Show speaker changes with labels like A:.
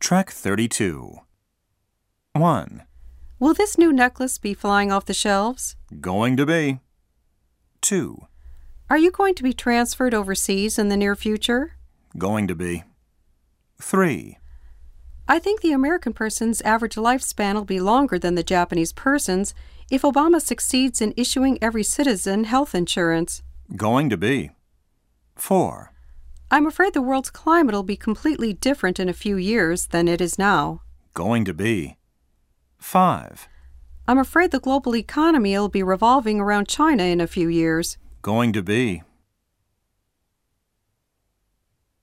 A: Track 32. 1.
B: Will this new necklace be flying off the shelves?
A: Going to be. 2.
B: Are you going to be transferred overseas in the near future?
A: Going to be. 3.
B: I think the American person's average lifespan will be longer than the Japanese person's if Obama succeeds in issuing every citizen health insurance.
A: Going to be. 4.
B: I'm afraid the world's climate will be completely different in a few years than it is now.
A: Going to be. 5.
B: I'm afraid the global economy will be revolving around China in a few years.
A: Going to be.